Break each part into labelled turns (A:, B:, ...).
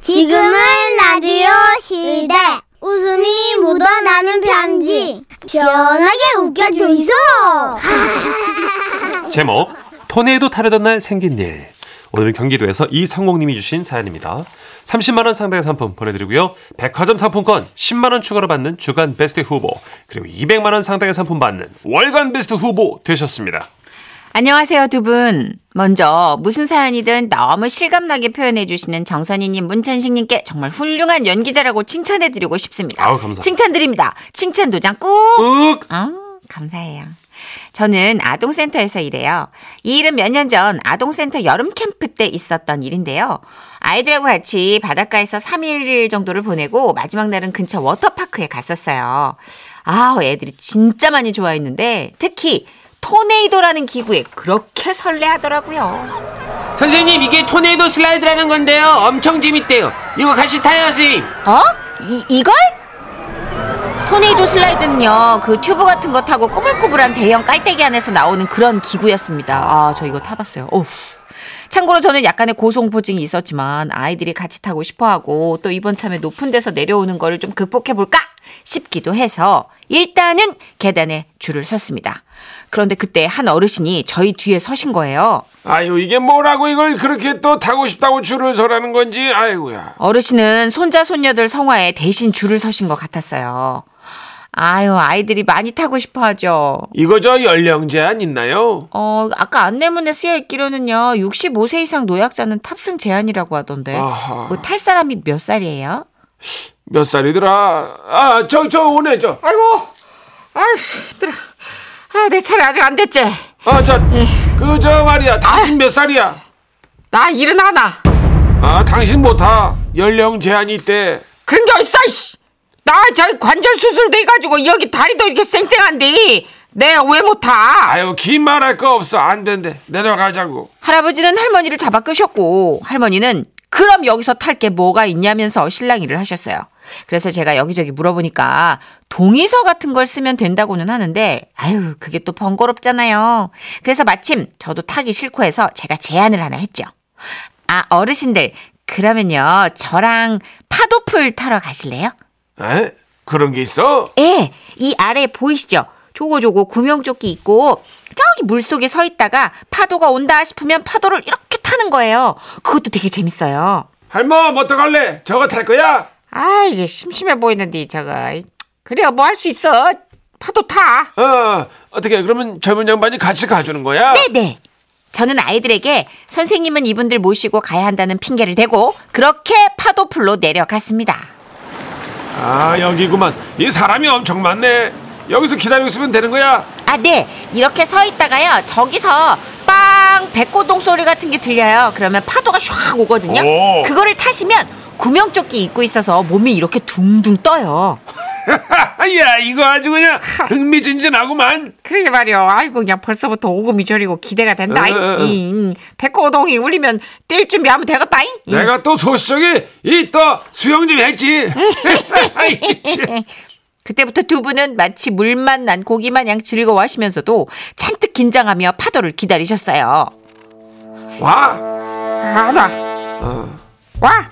A: 지금은 라디오 시대. 웃음이 묻어나는 편지. 시원하게 웃겨주이소.
B: 제목 토네이도 타려던 날 생긴 일 오늘은 경기도에서 이성공님이 주신 사연입니다 30만원 상당의 상품 보내드리고요 백화점 상품권 10만원 추가로 받는 주간 베스트 후보 그리고 200만원 상당의 상품 받는 월간 베스트 후보 되셨습니다
C: 안녕하세요 두 분. 먼저 무슨 사연이든 너무 실감나게 표현해 주시는 정선희님, 문찬식님께 정말 훌륭한 연기자라고 칭찬해 드리고 싶습니다.
B: 아우, 감사합니다.
C: 칭찬드립니다. 칭찬 도장 꾹.
B: 윽
C: 아, 감사해요. 저는 아동센터에서 일해요. 이 일은 몇 년 전 아동센터 여름 캠프 때 있었던 일인데요. 아이들하고 같이 바닷가에서 3일 정도를 보내고 마지막 날은 근처 워터파크에 갔었어요. 아, 애들이 진짜 많이 좋아했는데 특히 토네이도라는 기구에 그렇게 설레하더라고요.
D: 선생님 이게 토네이도 슬라이드라는 건데요 엄청 재밌대요 이거 같이 타요 선생님
C: 어? 이, 이걸? 토네이도 슬라이드는요, 그 튜브 같은 거 타고 꾸불꾸불한 대형 깔때기 안에서 나오는 그런 기구였습니다. 아, 저 이거 타봤어요. 어우. 참고로 저는 약간의 고소공포증이 있었지만 아이들이 같이 타고 싶어하고 또 이번 참에 높은 데서 내려오는 거를 좀 극복해볼까 싶기도 해서 일단은 계단에 줄을 섰습니다. 그런데 그때 한 어르신이 저희 뒤에 서신 거예요.
D: 아유 이게 뭐라고 이걸 그렇게 또 타고 싶다고 줄을 서라는 건지 아이고야
C: 어르신은 손자 손녀들 성화에 대신 줄을 서신 것 같았어요. 아유 아이들이 많이 타고 싶어하죠.
D: 이거 저 연령 제한 있나요?
C: 어 아까 안내문에 쓰여 있기로는요 65세 이상 노약자는 탑승 제한이라고 하던데
D: 아하.
C: 뭐탈 사람이 몇 살이에요?
D: 몇 살이더라? 아 저 저 오네
C: 아이고 아이씨 얘들아 아내 차례 아직 안 됐지?
D: 저아저그 저 말이야 당신 몇 살이야?
C: 나 일은 하나
D: 아 당신 못타 연령 제한이 있대
C: 그런 게 어딨어 이씨 나 저기 관절 수술도 해가지고 여기 다리도 이렇게 쌩쌩한데 내가 왜 못 타?
D: 아유 긴 말 할 거 없어 안 된대 내려가자고
C: 할아버지는 할머니를 잡아 끄셨고 할머니는 그럼 여기서 탈 게 뭐가 있냐면서 실랑이를 하셨어요. 그래서 제가 여기저기 물어보니까 동의서 같은 걸 쓰면 된다고는 하는데 아유 그게 또 번거롭잖아요. 그래서 마침 저도 타기 싫고 해서 제가 제안을 하나 했죠. 아 어르신들 그러면요 저랑 파도풀 타러 가실래요?
D: 에? 그런 게 있어?
C: 예, 이 아래 보이시죠? 조고조고 구명조끼 있고 저기 물 속에 서 있다가 파도가 온다 싶으면 파도를 이렇게 타는 거예요. 그것도 되게 재밌어요.
D: 할멈 어떡할래? 저거 탈 거야?
C: 아 이게 심심해 보이는데 저거 그래요 뭐 할 수 있어 파도 타.
D: 어, 어떻게 그러면 젊은 양반이 같이 가주는 거야?
C: 네네. 저는 아이들에게 선생님은 이분들 모시고 가야 한다는 핑계를 대고 그렇게 파도풀로 내려갔습니다.
D: 아 여기구만 이 사람이 엄청 많네 여기서 기다리고 있으면 되는 거야
C: 아, 네. 이렇게 서 있다가요. 저기서 빵 백고동 소리 같은 게 들려요. 그러면 파도가 샥 오거든요.
D: 오.
C: 그거를 타시면 구명조끼 입고 있어서 몸이 이렇게 둥둥 떠요.
D: 아, 야 이거 아주 그냥 흥미진진하구만
C: 그러게 말이요. 아이고 그냥 벌써부터 오금이 저리고 기대가 된다.
D: 에, 에, 에.
C: 백고동이 울리면 뛸 준비하면 되겠다.
D: 내가 또 소시적이 이 또 수영 좀 했지 이 참.
C: 그때부터 두 분은 마치 물만 난 고기 마냥 즐거워하시면서도 잔뜩 긴장하며 파도를 기다리셨어요.
D: 와 어.
C: 하나, 아, 와,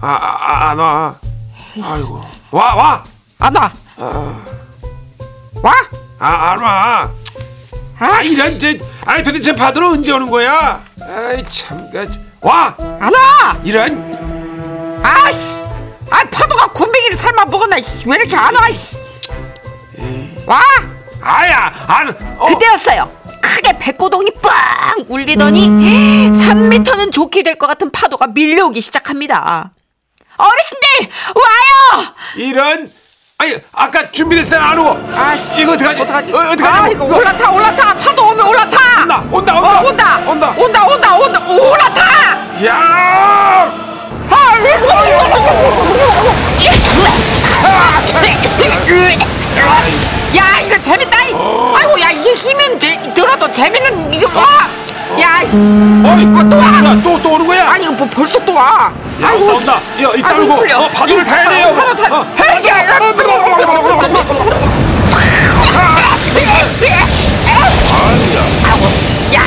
D: 아, 안와 아이고 와와 어.
C: 하나, 아, 와.
D: 아, 안 와. 아,
C: 아이씨.
D: 이런, 제, 아니, 도대체 받으러 언제 오는 거야? 아이, 참, 그, 와!
C: 안 와!
D: 이런,
C: 아, 아씨! 아 파도가 군뱅이를 삶아 먹었나? 이씨. 왜 이렇게 안 와? 이씨. 와!
D: 아야, 안, 어,
C: 그때였어요. 크게 백고동이 빵 울리더니 3미터는 좋게 될 것 같은 파도가 밀려오기 시작합니다. 어르신들 와요!
D: 이런, 아니, 아까 준비됐을 때안 오고.
C: 아씨
D: 이거 어떡하지?
C: 어떡하지?
D: 어, 어떡하지?
C: 아 이거 올라타 올라타 파도 오면 올라타!
D: 온다, 온다, 온다.
C: 어, 온다!
D: 온다.
C: 온다 온다 온다 올라타!
D: 야!
C: 야 이거 재밌다! 이. 아이고 야 이게 힘은 들- 들어도 재미는 이거 와! 야 씨.
D: 어이,
C: 어, 또 와!
D: 야, 또, 또 오는 거야?
C: 아니 이거 뭐 벌써 또 와!
D: 야,
C: 아이고
D: 온다, 온다. 야,
C: 아이고,
D: 이 떨고.
C: 풀려.
D: 어, 바늘을 타야 돼요.
C: 아, 바늘 타.
D: 어.
C: 헤이, 야, 뭐 야. 아이고 야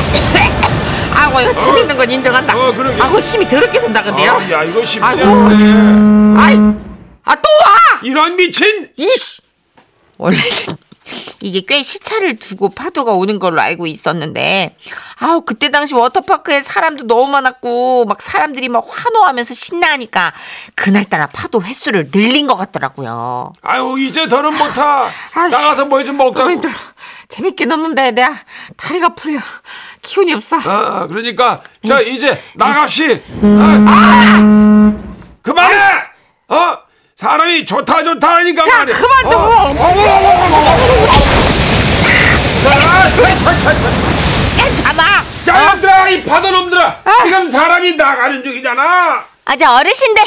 C: 아이고 이거 재밌는 건 인정한다.
D: 어, 그러게.
C: 아우 힘이 더럽게 든다 근데요.
D: 아, 야 이거 쉽지
C: 아이고,
D: 않네.
C: 아이씨, 아 또 와!
D: 이런 미친.
C: 이씨. 원래는 이게 꽤 시차를 두고 파도가 오는 걸로 알고 있었는데, 아우 그때 당시 워터파크에 사람도 너무 많았고 막 사람들이 막 환호하면서 신나니까 그날따라 파도 횟수를 늘린 것 같더라고요.
D: 아유 이제 더는 못하.
C: 아이씨.
D: 나가서 뭐 좀
C: 너무
D: 먹자고.
C: 힘들어. 재밌게 넘는데 내가 다리가 풀려. 기운이 없어.
D: 아 그러니까 자 이제 나갑시. 아, 그만해. 어 사람이 좋다 좋다 하니까 말이야.
C: 그만 좀.
D: 어, 어머, 어머, 어머, 어머, 어머. 자, 자, 자, 자,
C: 야, 참아.
D: 자, 놈들아, 이 파도놈들아! 지금 사람이 나가는 중이잖아!
C: 아, 저 어르신들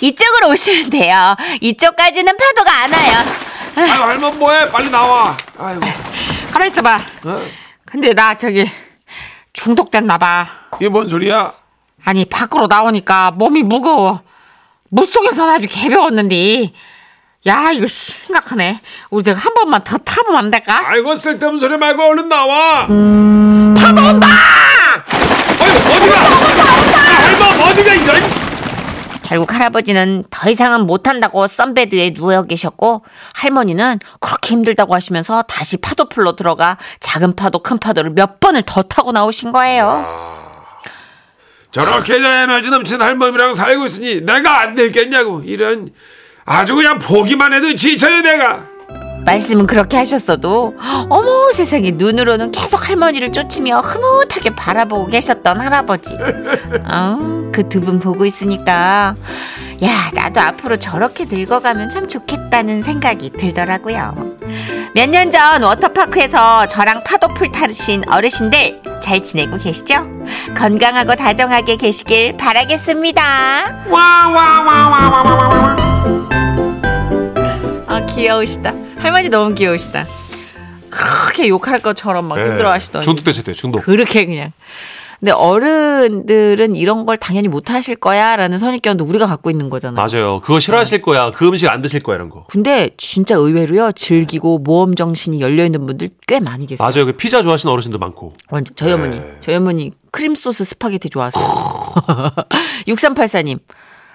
C: 이쪽으로 오시면 돼요. 이쪽까지는 파도가 안 와요.
D: 아유, 할머니 뭐해? 빨리 나와! 아이고.
C: 가만 있어봐.
D: 어?
C: 근데 나 저기 중독됐나 봐.
D: 이게 뭔 소리야?
C: 아니 밖으로 나오니까 몸이 무거워. 물 속에서 아주 개배웠는데. 야 이거 심각하네. 우리 제가 한 번만 더 타보면 안 될까?
D: 아이고, 쓸데없는 소리 말고 얼른 나와! 음.
C: 파도 온다!
D: 아이고, 어디가! 할머니 어디가, 이런!
C: 결국 할아버지는 더 이상은 못한다고 썬베드에 누워 계셨고 할머니는 그렇게 힘들다고 하시면서 다시 파도풀로 들어가 작은 파도 큰 파도를 몇 번을 더 타고 나오신 거예요.
D: 저렇게 에너지 넘친 할머니랑 살고 있으니 내가 안 늙겠냐고, 이런. 아주 그냥 보기만 해도 지쳐요, 내가!
C: 말씀은 그렇게 하셨어도 어머 세상에 눈으로는 계속 할머니를 쫓으며 흐뭇하게 바라보고 계셨던 할아버지. 그 두 분 보고 있으니까 야 나도 앞으로 저렇게 늙어가면 참 좋겠다는 생각이 들더라고요. 몇 년 전 워터파크에서 저랑 파도풀 타신 어르신들 잘 지내고 계시죠? 건강하고 다정하게 계시길 바라겠습니다. 아 귀여우시다. 할머니 너무 귀여우시다. 그렇게 욕할 것처럼
B: 네.
C: 막 힘들어하시더니
B: 중독되셨대요, 중독.
C: 그렇게 그냥. 근데 어른들은 이런 걸 당연히 못 하실 거야라는 선입견도 우리가 갖고 있는 거잖아요.
B: 맞아요. 그거
C: 네.
B: 싫어하실 거야. 그 음식 안 드실 거야, 이런 거.
C: 근데 진짜 의외로요 즐기고 모험 정신이 열려 있는 분들 꽤 많이 계세요.
B: 맞아요. 그 피자 좋아하시는 어르신도 많고.
C: 완전 저희 어머니,
B: 네.
C: 저희 어머니 크림 소스 스파게티 좋아하세요. 6384님,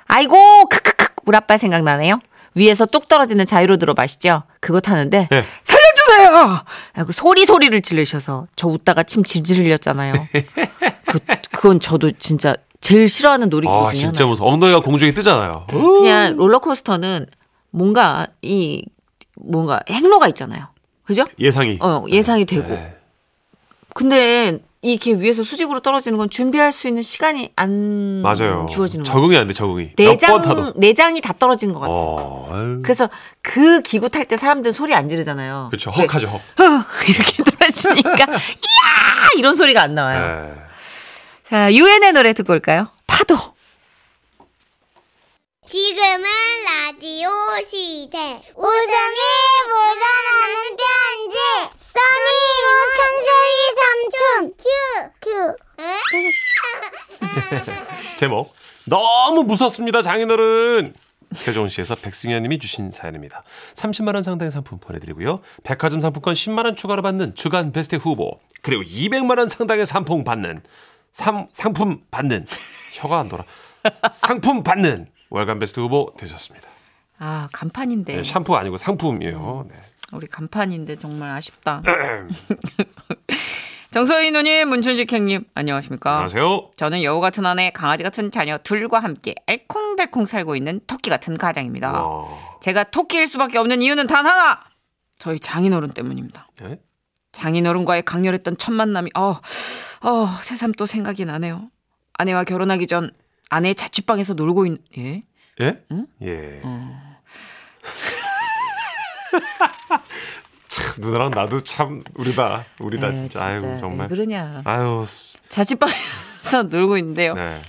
C: 아이고 크크크 우리 아빠 생각나네요. 위에서 뚝 떨어지는 자유로드로 마시죠. 그거 타는데
B: 네.
C: 살려주세요! 하고 소리 소리를 지르셔서 저 웃다가 침 질질 흘렸잖아요. 그, 그건 저도 진짜 제일 싫어하는 놀이기구
B: 아,
C: 중에
B: 진짜
C: 하나.
B: 무서워. 엉덩이가 공중에 뜨잖아요.
C: 그냥 롤러코스터는 뭔가 이 뭔가 행로가 있잖아요. 그죠?
B: 예상이.
C: 어 예상이 되고
B: 네.
C: 근데 이게 위에서 수직으로 떨어지는 건 준비할 수 있는 시간이 안
B: 맞아요.
C: 음, 주어지는 거예요.
B: 적응이 안 돼, 적응이. 몇 번
C: 내장 음.
B: 타도.
C: 내장이 다 떨어지는 것 같아요.
B: 어, 아유.
C: 그래서 그 기구 탈 때 사람들은 소리 안 지르잖아요.
B: 그쵸.
C: 근데
B: 헉 하죠, 헉.
C: 이렇게 떨어지니까 이야 이런 소리가 안 나와요.
B: 네.
C: 자 유엔의 노래 듣고 올까요? 파도.
A: 지금은 라디오 시대. 웃음이 묻어나는 편지. 써니 우천세기 삼촌. 큐. 큐.
B: 제목 너무 무섭습니다 장인어른 세종시에서 백승현님이 주신 사연입니다. 30만 원 상당의 상품 보내드리고요. 백화점 상품권 10만 원 추가로 받는 주간 베스트 후보 그리고 200만 원 상당의 상품 받는 삼, 상품 받는 혀가 안 돌아 상품 받는 월간 베스트 후보 되셨습니다.
C: 아 간판인데
B: 네, 샴푸 아니고 상품이에요. 네.
C: 우리 간판인데 정말 아쉽다. 정서희 누님 문춘식 형님 안녕하십니까?
B: 안녕하세요.
C: 저는 여우 같은 아내, 강아지 같은 자녀 둘과 함께 알콩달콩 살고 있는 토끼 같은 가장입니다.
B: 와.
C: 제가 토끼일 수밖에 없는 이유는 단 하나. 저희 장인어른 때문입니다.
B: 네?
C: 장인어른과의 강렬했던 첫 만남이 어, 어, 새삼 또 생각이 나네요. 아내와 결혼하기 전 아내의 자취방에서 놀고 있는 예?
B: 예? 예.
C: 어.
B: 참 누나랑 나도 참 우리다 우리다
C: 예,
B: 진짜 아유 정말
C: 왜 그러냐.
B: 아유
C: 자취방에서 놀고 있는데요.
B: 네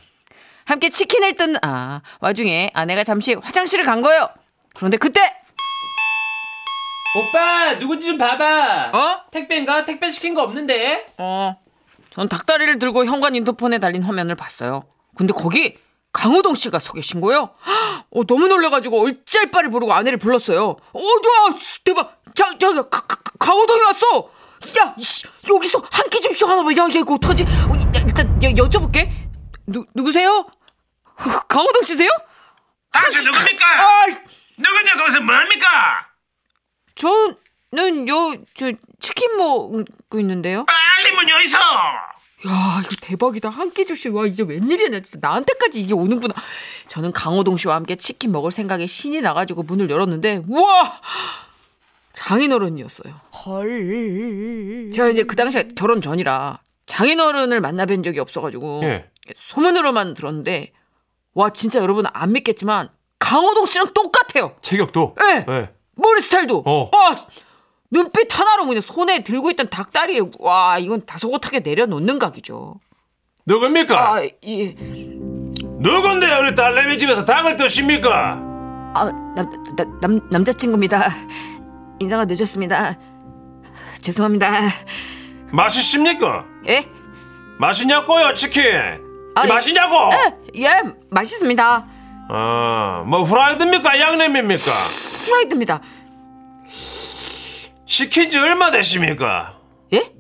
C: 함께 치킨을 뜬, 아, 와중에 아내가 잠시 화장실을 간 거예요. 그런데 그때!
E: 오빠 누군지 좀 봐봐
C: 어?
E: 택배인가? 택배 시킨 거 없는데
C: 어. 전 닭다리를 들고 현관 인터폰에 달린 화면을 봤어요. 근데 거기 강호동 씨가 서 계신 거예요. 헉, 어, 너무 놀래가지고 얼짤바를 모르고 아내를 불렀어요. 어, 야, 씨, 대박. 자, 자, 야, 가, 가, 강호동이 왔어. 야, 이씨, 여기서 한 끼 좀 쉬어 하나 봐. 야, 야, 이거 어떡하지? 어, 이, 야, 일단 여, 여쭤볼게. 누, 누구세요? 강호동 씨세요?
D: 당신 누굽니까?
C: 아,
D: 누군데 거기서 뭐합니까?
C: 저는 요, 저, 치킨 먹고 있는데요.
D: 빨리 문 여기서.
C: 야, 이거 대박이다. 한 끼 주씩. 와, 이제 웬일이야. 나 진짜 나한테까지 이게 오는구나. 저는 강호동 씨와 함께 치킨 먹을 생각에 신이 나가지고 문을 열었는데, 우와! 장인어른이었어요. 헐. 제가 이제 그 당시에 결혼 전이라 장인어른을 만나뵌 적이 없어가지고,
B: 예.
C: 소문으로만 들었는데, 와, 진짜 여러분 안 믿겠지만, 강호동 씨랑 똑같아요.
B: 체격도.
C: 예.
D: 네.
B: 예.
C: 머리 스타일도.
B: 어.
C: 와, 눈빛 하나로 그냥 손에 들고 있던 닭다리에 와 이건 다소곳하게 내려놓는 각이죠.
D: 누굽니까?
C: 아 이,
D: 누군데 우리 딸내미 집에서 닭을 드십니까?
C: 아, 아남남 남자친구입니다. 인사가 늦었습니다. 죄송합니다.
D: 맛있습니까?
C: 예?
D: 맛있냐고요 치킨?
C: 아,
D: 맛있냐고?
C: 예, 예 맛있습니다.
D: 어, 아뭐 후라이드입니까 양념입니까?
C: 프라이드입니다.
D: 시킨 지 얼마 되십니까?
C: 예?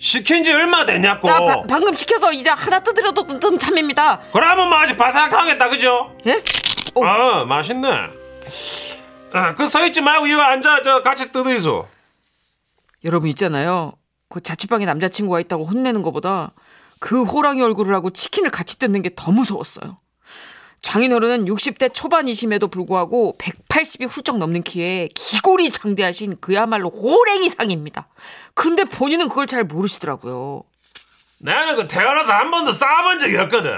D: 시킨 지 얼마 됐냐고?
B: 어.
C: 나 바- 방금 시켜서 이제 하나 뜯으려던 참입니다.
D: 그러면 뭐 아주 바삭하겠다 그죠?
C: 예? 어.
D: 아 맛있네 아, 그 서있지 말고 이거 앉아 저 같이 뜯으이소
C: 여러분 있잖아요. 그 자취방에 남자친구가 있다고 혼내는 것보다 그 호랑이 얼굴을 하고 치킨을 같이 뜯는 게 더 무서웠어요. 장인어른은 60대 초반이심에도 불구하고 180이 훌쩍 넘는 키에 기골이 장대하신 그야말로 호랭이상입니다. 근데 본인은 그걸 잘 모르시더라고요.
D: 나는 그 태어나서 한 번도 싸워본 적이 없거든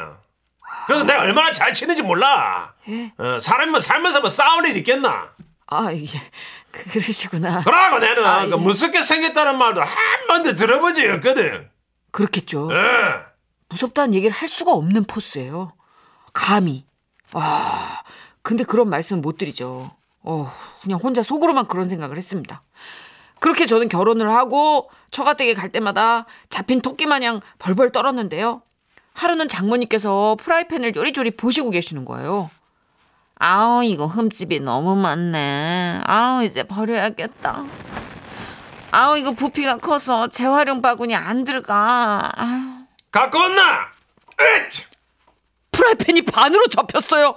D: 그래서 내가 얼마나 잘 치는지 몰라
C: 예?
D: 어, 사람이 뭐 살면서 뭐 싸울 일 있겠나
C: 아, 예. 그- 그러시구나.
B: 네.
D: 그러고 나는
C: 아,
D: 그
C: 예.
D: 무섭게 생겼다는 말도 한 번도 들어본 적이 없거든
C: 그렇겠죠.
D: 어.
C: 무섭다는 얘기를 할 수가 없는 포스예요. 감히. 아, 근데 그런 말씀 못 드리죠. 어, 그냥 혼자 속으로만 그런 생각을 했습니다. 그렇게 저는 결혼을 하고 처가댁에 갈 때마다 잡힌 토끼 마냥 벌벌 떨었는데요. 하루는 장모님께서 프라이팬을 요리조리 보시고 계시는 거예요. 아우 이거 흠집이 너무 많네. 아우 이제 버려야겠다. 아우 이거 부피가 커서 재활용 바구니 안 들어가. 아유.
D: 갖고 온나? 으잇!
C: 프라이팬이 반으로 접혔어요.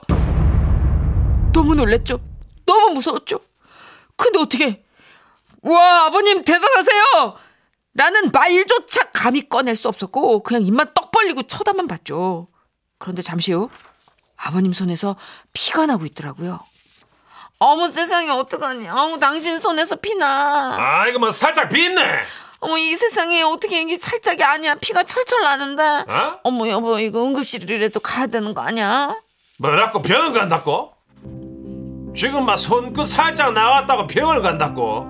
C: 너무 놀랬죠? 너무 무서웠죠? 근데 어떻게? 와, 아버님 대단하세요! 라는 말조차 감히 꺼낼 수 없었고, 그냥 입만 떡 벌리고 쳐다만 봤죠. 그런데 잠시 후, 아버님 손에서 피가 나고 있더라고요. 어머 세상에 어떡하냐. 어머 당신 손에서 피나.
D: 아 이거 뭐 살짝 비있네
C: 어머 이 세상에 어떻게 이게 살짝이 아니야. 피가 철철 나는데.
D: 어?
C: 어머 여보 이거 응급실이라도 가야 되는 거 아니야?
D: 뭐라고 병원 간다고? 지금 막 손끝 그 살짝 나왔다고 병원을 간다고?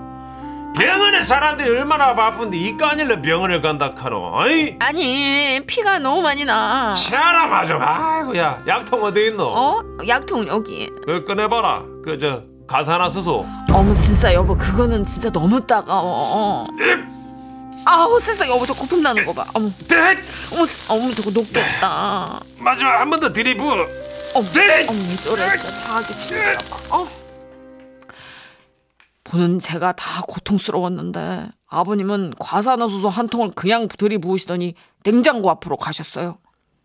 D: 병원에 사람들이 얼마나 바쁜데 이까닐로 병원을 간다카노? 어이?
C: 아니 피가 너무 많이 나.
D: 치아라 마저 아이고야 약통 어디 있노?
C: 어? 약통 여기.
D: 그거 꺼내봐라 그 저 가사 하나 쓰소
C: 어머 진짜 여보 그거는 진짜 너무 따가워. 아우 진짜 여보 저 거품 나는 거 봐. 어머
D: 넷!
C: 어머 어머 저거 녹겠다.
D: 마지막 한 번 더 드리브
C: 어머
D: 네.
C: 어머 이 소리 진짜 다하게 피우다가. 어. 보는 제가 다 고통스러웠는데 아버님은 과산화수소 한 통을 그냥 들이부으시더니 냉장고 앞으로 가셨어요.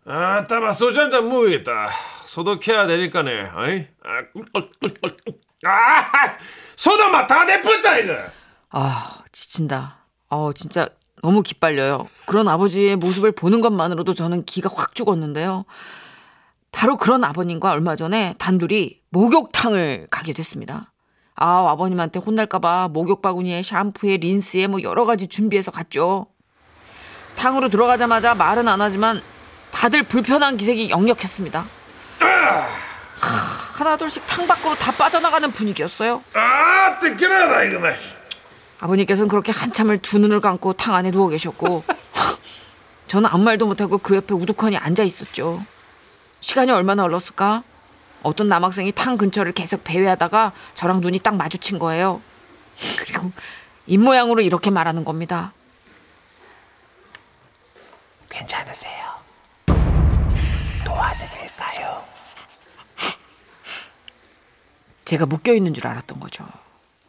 D: 아따 마 소주 한 잔 먹겠다 소독해야 되니까네 어이? 아, 꿀, 꿀, 꿀, 꿀. 아 소독 맛다 내뿜다 이거
C: 아 지친다. 어 진짜 너무 기빨려요. 그런 아버지의 모습을 보는 것만으로도 저는 기가 확 죽었는데요. 바로 그런 아버님과 얼마 전에 단둘이 목욕탕을 가게 됐습니다. 아 아버님한테 혼날까봐 목욕 바구니에 샴푸에 린스에 뭐 여러 가지 준비해서 갔죠. 탕으로 들어가자마자 말은 안 하지만 다들 불편한 기색이 역력했습니다. 하, 하나 둘씩 탕 밖으로 다 빠져나가는 분위기였어요.
D: 아 뜨끈하다 이거 맛
C: 아버님께서는 그렇게 한참을 두 눈을 감고 탕 안에 누워 계셨고 저는 아무 말도 못하고 그 옆에 우두커니 앉아 있었죠. 시간이 얼마나 흘렀을까? 어떤 남학생이 탕 근처를 계속 배회하다가 저랑 눈이 딱 마주친 거예요. 그리고 입모양으로 이렇게 말하는 겁니다. 제가 묶여 있는 줄 알았던 거죠.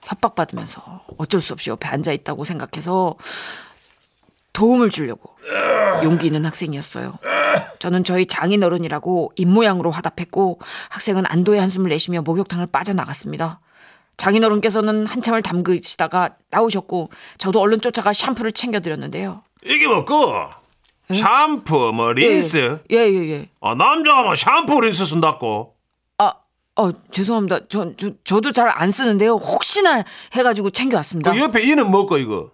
C: 협박받으면서 어쩔 수 없이 옆에 앉아 있다고 생각해서 도움을 주려고 용기 있는 학생이었어요. 저는 저희 장인 어른이라고 입모양으로 화답했고 학생은 안도의 한숨을 내쉬며 목욕탕을 빠져나갔습니다. 장인 어른께서는 한참을 담그시다가 나오셨고 저도 얼른 쫓아가 샴푸를 챙겨드렸는데요.
D: 이게 뭐고? 샴푸 뭐
C: 네.
D: 린스?
C: 예예 예. 예.
D: 아 남자가 뭐 샴푸 린스 쓴다고?
C: 아, 어, 죄송합니다. 저, 저, 저도 잘 안 쓰는데요. 혹시나 해가지고 챙겨왔습니다.
D: 그 옆에 이는 뭐고 이거?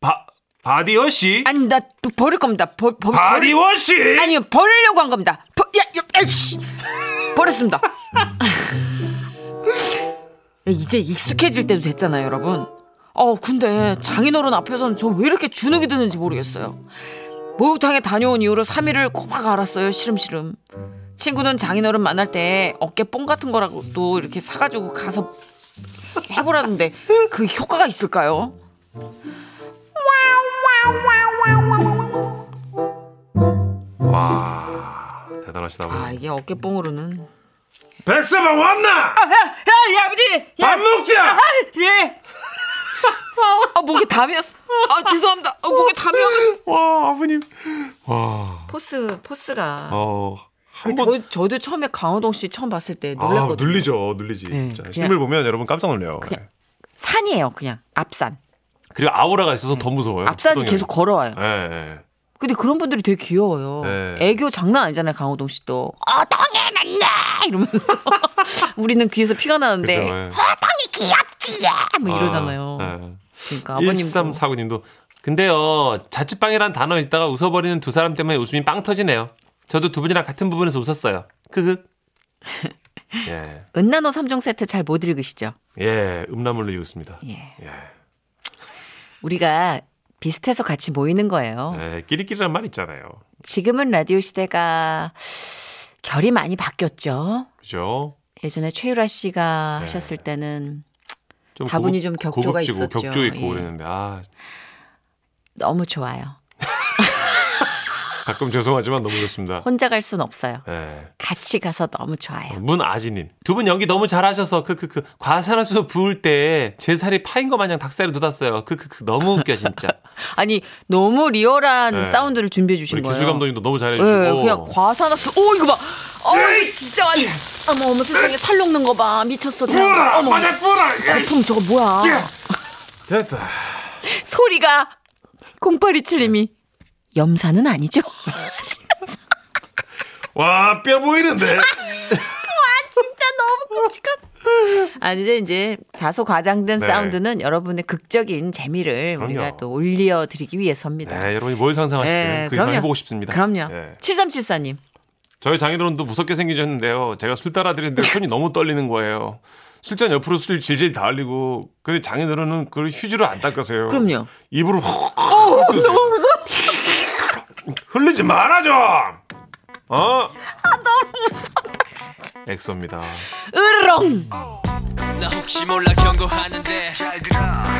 D: 바 바디워시?
C: 아니, 나 버- 버릴 겁니다. 버, 버, 버릴-
D: 바디워시?
C: 아니요, 버리려고 한 겁니다. 버, 야, 야, 에이씨! 버렸습니다. 이제 익숙해질 때도 됐잖아요, 여러분. 어, 근데 장인어른 앞에서는 저 왜 이렇게 주눅이 드는지 모르겠어요. 목욕탕에 다녀온 이후로 3일을 꼬박 알았어요, 시름시름. 친구는 장인어른 만날 때 어깨 뽕 같은 거라고 또 이렇게 사가지고 가서 해보라는데 그 효과가 있을까요?
D: 와 대단하시다.
C: 아, 이게 어깨 뽕으로는.
D: 백사방 왔나?
C: 아, 야, 야, 야, 아버지! 야,
D: 밥 먹자.
C: 예. 아, 목에 담이었어. 아, 죄송합니다. 아, 목에 담이었어.
B: 와 아버님. 와.
C: 포스, 포스가.
B: 어.
C: 그
B: 한번 아,
C: 저, 저도 처음에 강호동 씨 처음 봤을 때
D: 아,
C: 놀랐거든요.
B: 눌리죠, 눌리지.
C: 네.
B: 진짜.
C: 그냥-
B: 실물 보면 여러분 깜짝 놀래요.
C: 그냥- 산이에요, 그냥. 앞산.
B: 그리고 아우라가 있어서 더 무서워요.
C: 앞산이 계속 걸어와요.
B: 예, 예.
C: 근데 그런 분들이 되게 귀여워요.
B: 네.
C: 애교 장난 아니잖아요, 강호동 씨도. 어, 덩이 났네! 이러면서. 우리는 귀에서 피가
D: 그렇죠.
C: 나는데. 어,
B: 그죠, 예.
C: 뭐 이러잖아요.
B: 아, 예.
C: 그러니까 아버님도.
B: 1349님도 근데요 자취방이란 단어 있다가 웃어버리는 두 사람 때문에 웃음이 빵 터지네요. 저도 두 분이랑 같은 부분에서 웃었어요. 크크. 예,
C: 은나노 3종 세트 잘 못 읽으시죠?
B: 예, 음란물로 읽었습니다.
C: 예.
B: 예,
C: 우리가 비슷해서 같이 모이는 거예요.
B: 예, 끼리끼리란 말 있잖아요.
C: 지금은 라디오 시대가 결이 많이 바뀌었죠.
B: 그죠?
C: 예전에 최유라 씨가
B: 네.
C: 하셨을 때는
B: 좀
C: 다분히 좀 격조가
B: 고급지고
C: 있었죠.
B: 격조 있고
C: 예.
B: 그랬는데 아
C: 너무 좋아요.
B: 가끔 죄송하지만 너무 좋습니다.
C: 혼자 갈 순 없어요.
B: 예.
C: 같이 가서 너무 좋아요.
B: 문아지님 두 분 연기 너무 잘하셔서 그 그 그 과산화수소 부을 때 제 살이 파인 것 마냥 닭살이 돋았어요. 그 그 그 너무 웃겨 진짜.
C: 아니 너무 리얼한
B: 네.
C: 사운드를 준비해 주신
B: 우리
C: 거예요.
B: 기술 감독님도 너무 잘해주시고 어.
C: 예, 그냥 과산화수. 오 이거 봐. 어 진짜 완. 어머 어머 세상에 살 녹는 거 봐. 미쳤어. 제가.
D: 뿌라
C: 어머.
D: 맞아 예! 뿌라.
C: 거품 저거 뭐야?
D: 됐다.
C: 소리가 0827님이
B: 네.
C: 염산은 아니죠?
D: 와 뼈 보이는데.
C: 진짜 너무 끔찍한. 아, 근데 이제 다소 과장된
B: 네.
C: 사운드는 여러분의 극적인 재미를 우리가
B: 그럼요.
C: 또 올려드리기 위해서입니다.
B: 네, 여러분이 뭘 상상하시든
C: 예,
B: 그 이상
C: 그럼요.
B: 해보고 싶습니다.
C: 그럼요.
B: 예.
C: 7374님.
B: 저희 장인어른도 무섭게 생기죠 했는데요. 제가 술 따라 드리는데 손이 너무 떨리는 거예요. 술잔 옆으로 술 질질 다 흘리고 근데 장인어른은 그걸 휴지로 안 닦으세요.
C: 그럼요.
B: 입으로 훅 너무 무서워. 흘리지 말아 좀. 어? 엑소입니다.
C: 으렁!
F: 나 혹시 몰라 경고하는데 잘 들어